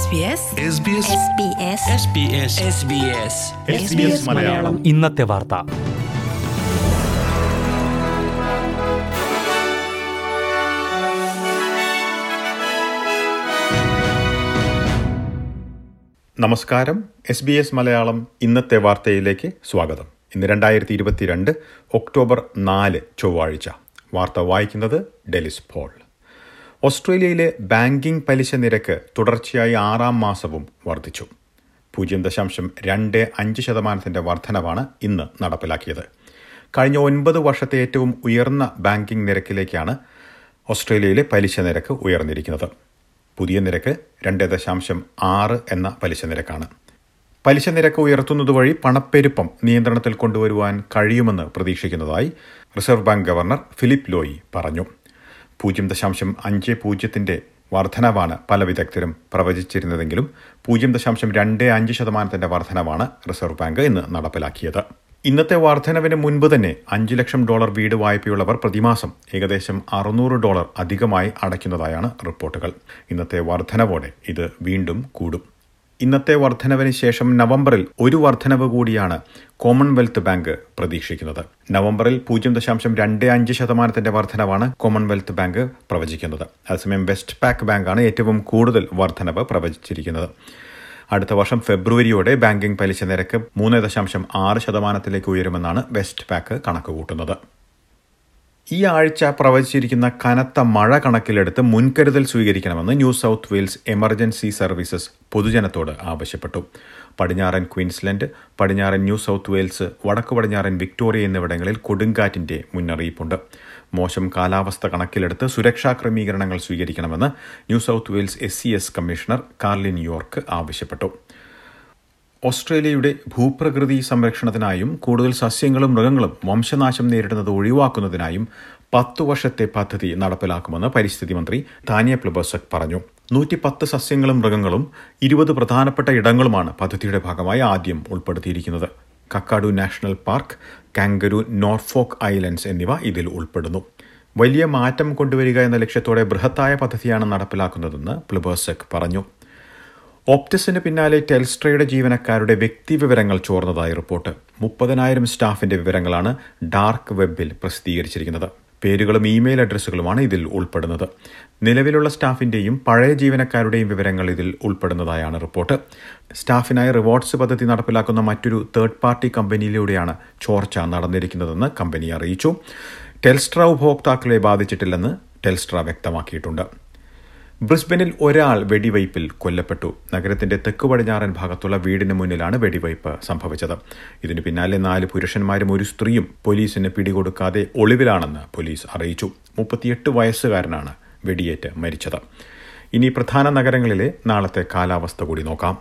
SBS SBS Malayalam ഇന്നത്തെ വാർത്ത നമസ്കാരം എസ് ബി എസ് മലയാളം ഇന്നത്തെ വാർത്തയിലേക്ക് സ്വാഗതം ഇന്ന് രണ്ടായിരത്തി ഇരുപത്തിരണ്ട് ഒക്ടോബർ നാല് ചൊവ്വാഴ്ച വാർത്ത വായിക്കുന്നത് ഡെലിസ് പോൾ ഓസ്ട്രേലിയയിലെ ബാങ്കിംഗ് പലിശ നിരക്ക് തുടർച്ചയായി ആറാം മാസവും വർദ്ധിച്ചു പൂജ്യം ദശാംശം രണ്ട് അഞ്ച് ശതമാനത്തിന്റെ വർധനവാണ് ഇന്ന് നടപ്പിലാക്കിയത് കഴിഞ്ഞ ഒൻപത് വർഷത്തെ ഏറ്റവും ഉയർന്ന ബാങ്കിംഗ് നിരക്കിലേക്കാണ് ഓസ്ട്രേലിയയിലെ പലിശ നിരക്ക് ഉയർന്നിരിക്കുന്നത് പുതിയ നിരക്ക് രണ്ട് ദശാംശം ആറ് എന്ന പലിശ നിരക്കാണ് പലിശ നിരക്ക് ഉയർത്തുന്നതുവഴി പണപ്പെരുപ്പം നിയന്ത്രണത്തിൽ കൊണ്ടുവരുവാൻ കഴിയുമെന്ന് പ്രതീക്ഷിക്കുന്നതായി Reserve Bank governor Philip Lowe പറഞ്ഞു പൂജ്യം ദശാംശം അഞ്ച് പൂജ്യത്തിൻ്റെ വർധനവാണ് പല വിദഗ്ധരും പ്രവചിച്ചിരുന്നതെങ്കിലും പൂജ്യം ദശാംശം രണ്ട് അഞ്ച് ശതമാനത്തിൻ്റെ വർധനവാണ് റിസർവ് ബാങ്ക് ഇന്ന് നടപ്പിലാക്കിയത് ഇന്നത്തെ വർധനവിന് മുൻപ് തന്നെ അഞ്ച് ലക്ഷം ഡോളർ വീട് വായ്പയുള്ളവർ പ്രതിമാസം ഏകദേശം അറുന്നൂറ് ഡോളർ അധികമായി അടയ്ക്കുന്നതായാണ് റിപ്പോർട്ടുകൾ ഇന്നത്തെ വർധനവോടെ ഇത് വീണ്ടും കൂടും ഇന്നത്തെ വർധനവിന് ശേഷം നവംബറിൽ ഒരു വർധനവ് കൂടിയാണ് കോമൺവെൽത്ത് ബാങ്ക് പ്രതീക്ഷിക്കുന്നത് നവംബറിൽ പൂജ്യം ദശാംശം രണ്ട് അഞ്ച് ശതമാനത്തിന്റെ വർധനവാണ് കോമൺവെൽത്ത് ബാങ്ക് പ്രവചിക്കുന്നത് അതേസമയം വെസ്റ്റ് പാക്ക് ബാങ്കാണ് ഏറ്റവും കൂടുതൽ വർധനവ് പ്രവചിച്ചിരിക്കുന്നത് അടുത്ത വർഷം ഫെബ്രുവരിയോടെ ബാങ്കിംഗ് പലിശ നിരക്ക് മൂന്ന് ദശാംശം ആറ് ശതമാനത്തിലേക്ക് ഉയരുമെന്നാണ് വെസ്റ്റ് പാക്ക് കണക്കുകൂട്ടുന്നത് ഈ ആഴ്ച പ്രവചിച്ചിരിക്കുന്ന കനത്ത മഴ കണക്കിലെടുത്ത് മുൻകരുതൽ സ്വീകരിക്കണമെന്ന് New South Wales emergency services പൊതുജനത്തോട് ആവശ്യപ്പെട്ടു പടിഞ്ഞാറൻ ക്വീൻസ്ലൻഡ് പടിഞ്ഞാറൻ ന്യൂ സൗത്ത് വെയിൽസ് വടക്കു പടിഞ്ഞാറൻ വിക്ടോറിയ എന്നിവിടങ്ങളിൽ കൊടുങ്കാറ്റിന്റെ മുന്നറിയിപ്പുണ്ട് മോശം കാലാവസ്ഥ കണക്കിലെടുത്ത് സുരക്ഷാ ക്രമീകരണങ്ങൾ സ്വീകരിക്കണമെന്ന് New South Wales S C S commissioner Carlene York ആവശ്യപ്പെട്ടു ഓസ്ട്രേലിയയുടെ ഭൂപ്രകൃതി സംരക്ഷണത്തിനായും കൂടുതൽ സസ്യങ്ങളും മൃഗങ്ങളും വംശനാശം നേരിടുന്നത് ഒഴിവാക്കുന്നതിനായും പത്തു വർഷത്തെ പദ്ധതി നടപ്പിലാക്കുമെന്ന് പരിസ്ഥിതി മന്ത്രി താനിയ പ്ലബസക് പറഞ്ഞു നൂറ്റി പത്ത് സസ്യങ്ങളും മൃഗങ്ങളും ഇരുപത് പ്രധാനപ്പെട്ട ഇടങ്ങളുമാണ് പദ്ധതിയുടെ ഭാഗമായി ആദ്യം ഉൾപ്പെടുത്തിയിരിക്കുന്നത് Kakadu national park kangaroo Norfolk islands എന്നിവ ഇതിൽ ഉൾപ്പെടുന്നു വലിയ മാറ്റം കൊണ്ടുവരിക എന്ന ലക്ഷ്യത്തോടെ ബൃഹത്തായ പദ്ധതിയാണ് നടപ്പിലാക്കുന്നതെന്ന് പ്ലിബേഴ്സെക് പറഞ്ഞു ഓപ്റ്റസിന് പിന്നാലെ ടെൽസ്ട്രയുടെ ജീവനക്കാരുടെ വ്യക്തിവിവരങ്ങൾ ചോർന്നതായി റിപ്പോർട്ട് മുപ്പതിനായിരം സ്റ്റാഫിന്റെ വിവരങ്ങളാണ് ഡാർക്ക് വെബിൽ പ്രസിദ്ധീകരിച്ചിരിക്കുന്നത് പേരുകളും ഇമെയിൽ അഡ്രസ്സുകളുമാണ് ഇതിൽ ഉൾപ്പെടുന്നത് നിലവിലുള്ള സ്റ്റാഫിന്റെയും പഴയ ജീവനക്കാരുടെയും വിവരങ്ങൾ ഇതിൽ ഉൾപ്പെടുന്നതായാണ് റിപ്പോർട്ട് സ്റ്റാഫിനായി റിവാർഡ്സ് പദ്ധതി നടപ്പിലാക്കുന്ന മറ്റൊരു തേർഡ് പാർട്ടി കമ്പനിയിലൂടെയാണ് ചോർച്ച നടന്നിരിക്കുന്നതെന്ന് കമ്പനി അറിയിച്ചു ടെൽസ്ട്ര ഉപഭോക്താക്കളെ ബാധിച്ചിട്ടില്ലെന്ന് ടെൽസ്ട്ര വ്യക്തമാക്കിയിട്ടുണ്ട് ബ്രിസ്ബനിൽ ഒരാൾ വെടിവയ്പിൽ കൊല്ലപ്പെട്ടു നഗരത്തിന്റെ തെക്ക് പടിഞ്ഞാറൻ ഭാഗത്തുള്ള വീടിന് മുന്നിലാണ് വെടിവയ്പ് സംഭവിച്ചത് ഇതിന് പിന്നാലെ നാല് പുരുഷന്മാരും ഒരു സ്ത്രീയും പോലീസിന് പിടികൊടുക്കാതെ ഒളിവിലാണെന്ന് പോലീസ് അറിയിച്ചു മുപ്പത്തിയെട്ട് വയസ്സുകാരനാണ് വെടിയേറ്റ് മരിച്ചത് ഇനി പ്രധാന നഗരങ്ങളിലെ നാളത്തെ കാലാവസ്ഥ കൂടി നോക്കാം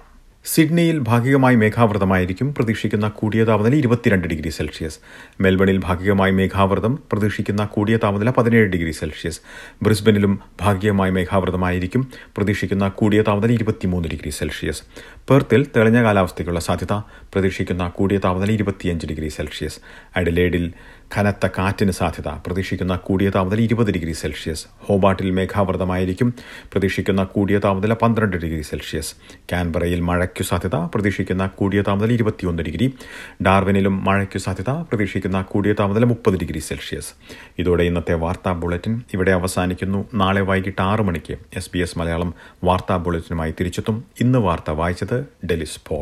സിഡ്നിയിൽ ഭാഗികമായി മേഘാവൃതമായിരിക്കും പ്രതീക്ഷിക്കുന്ന കൂടിയ താപനില ഇരുപത്തിരണ്ട് ഡിഗ്രി സെൽഷ്യസ് മെൽബണിൽ ഭാഗികമായി മേഘാവൃതം പ്രതീക്ഷിക്കുന്ന കൂടിയ താപനില പതിനേഴ് ഡിഗ്രി സെൽഷ്യസ് ബ്രിസ്ബനിലും ഭാഗികമായി മേഘാവൃതമായിരിക്കും പ്രതീക്ഷിക്കുന്ന കൂടിയ താപനില ഇരുപത്തിമൂന്ന് ഡിഗ്രി സെൽഷ്യസ് പെർത്തിൽ തെളിഞ്ഞ കാലാവസ്ഥയ്ക്കുള്ള സാധ്യത പ്രതീക്ഷിക്കുന്ന കൂടിയ താപനില ഇരുപത്തിയഞ്ച് ഡിഗ്രി സെൽഷ്യസ് അഡിലേഡിൽ കനത്ത കാറ്റിന് സാധ്യത പ്രതീക്ഷിക്കുന്ന കൂടിയ താപനില ഇരുപത് ഡിഗ്രി സെൽഷ്യസ് ഹോബാട്ടിൽ മേഘാവൃതമായിരിക്കും പ്രതീക്ഷിക്കുന്ന കൂടിയ താപനില പന്ത്രണ്ട് ഡിഗ്രി സെൽഷ്യസ് കാൻബറയിൽ മഴയ്ക്കു സാധ്യത പ്രതീക്ഷിക്കുന്ന കൂടിയ താപനില ഇരുപത്തിയൊന്ന് ഡിഗ്രി ഡാർവിനിലും മഴയ്ക്കു സാധ്യത പ്രതീക്ഷിക്കുന്ന കൂടിയ താപനില മുപ്പത് ഡിഗ്രി സെൽഷ്യസ് ഇതോടെ ഇന്നത്തെ വാർത്താ ബുള്ളറ്റിൻ ഇവിടെ അവസാനിക്കുന്നു നാളെ വൈകിട്ട് ആറ് മണിക്ക് എസ് ബി എസ് മലയാളം വാർത്താ ബുള്ളറ്റിനുമായി തിരിച്ചെത്തും ഇന്ന് വാർത്ത വായിച്ചത് ഡെലിസ് പോൾ